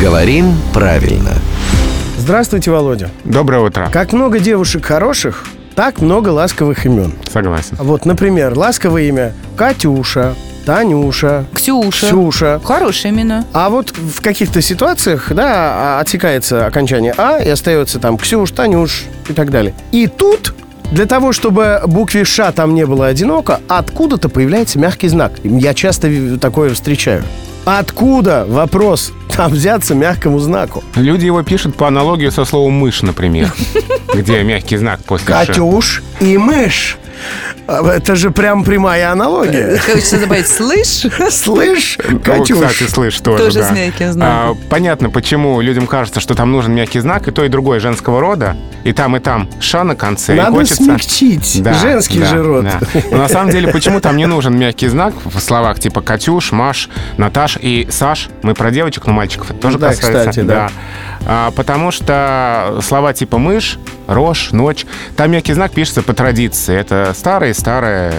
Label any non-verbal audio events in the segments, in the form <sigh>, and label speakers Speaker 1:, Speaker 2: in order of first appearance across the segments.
Speaker 1: Говорим правильно.
Speaker 2: Здравствуйте, Володя.
Speaker 3: Доброе утро.
Speaker 2: Как много девушек хороших, так много ласковых имен.
Speaker 3: Согласен.
Speaker 2: Вот, например, ласковое имя Катюша, Танюша,
Speaker 4: Ксюша.
Speaker 2: Ксюша.
Speaker 4: Хорошие имена.
Speaker 2: А вот в каких-то ситуациях, да, а- отсекается окончание «а» и остается там «Ксюш», «Танюш» и так далее. И тут, для того, чтобы букве «ш» там не было одиноко, откуда-то появляется мягкий знак. Я часто ви- такое встречаю. Откуда, вопрос, там взяться мягкому знаку?
Speaker 3: Люди его пишут по аналогии со словом
Speaker 2: <laughs>
Speaker 3: «мышь», например, где мягкий знак после «ш».
Speaker 2: Катюш и мышь. А, Это же прям прямая аналогия.
Speaker 4: Хочется добавить, слышь?
Speaker 2: Слышь,
Speaker 3: Ну,
Speaker 2: Катюш?
Speaker 3: кстати, слышь, тоже,
Speaker 4: Тоже
Speaker 3: да.
Speaker 4: с мягким знаком.
Speaker 3: А, понятно, почему людям кажется, что там нужен мягкий знак, и то, и другое женского рода, и там, и там «ша» на конце, и
Speaker 2: Надо
Speaker 3: хочется-
Speaker 2: смягчить
Speaker 3: Да,
Speaker 2: женский
Speaker 3: да,
Speaker 2: же род.
Speaker 3: да. Но на самом деле, почему там не нужен мягкий знак в словах типа «Катюш», «Маш», «Наташ» и «Саш»? Мы про девочек, но мальчиков это тоже
Speaker 2: Ну Да,
Speaker 3: касается.
Speaker 2: кстати, да.
Speaker 3: А, потому что слова типа «мышь», «рожь», «ночь», там мягкий знак пишется по традиции. Это старая-старая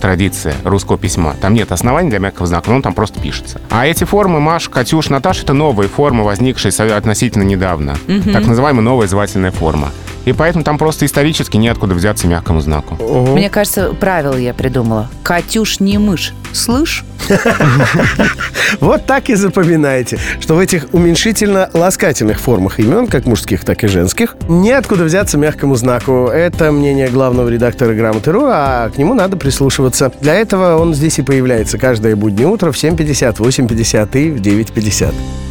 Speaker 3: традиция русского письма. Там нет оснований для мягкого знака, но он там просто пишется. А эти формы «Маш», «Катюш», «Наташ» — это новые формы, возникшие со- относительно недавно. Так называемая новая звательная форма. И поэтому там просто исторически неоткуда взяться мягкому знаку.
Speaker 5: Мне кажется, правило я придумала. Катюш не мышь. Слышь?
Speaker 2: Вот так и запоминайте, что в этих уменьшительно-ласкательных формах имен, как мужских, так и женских, неоткуда взяться мягкому знаку. Это мнение главного редактора «Грамоты.ру», а к нему надо прислушиваться. Для этого он здесь и появляется каждое буднее утро в 7.50, 8.50 и в 9.50.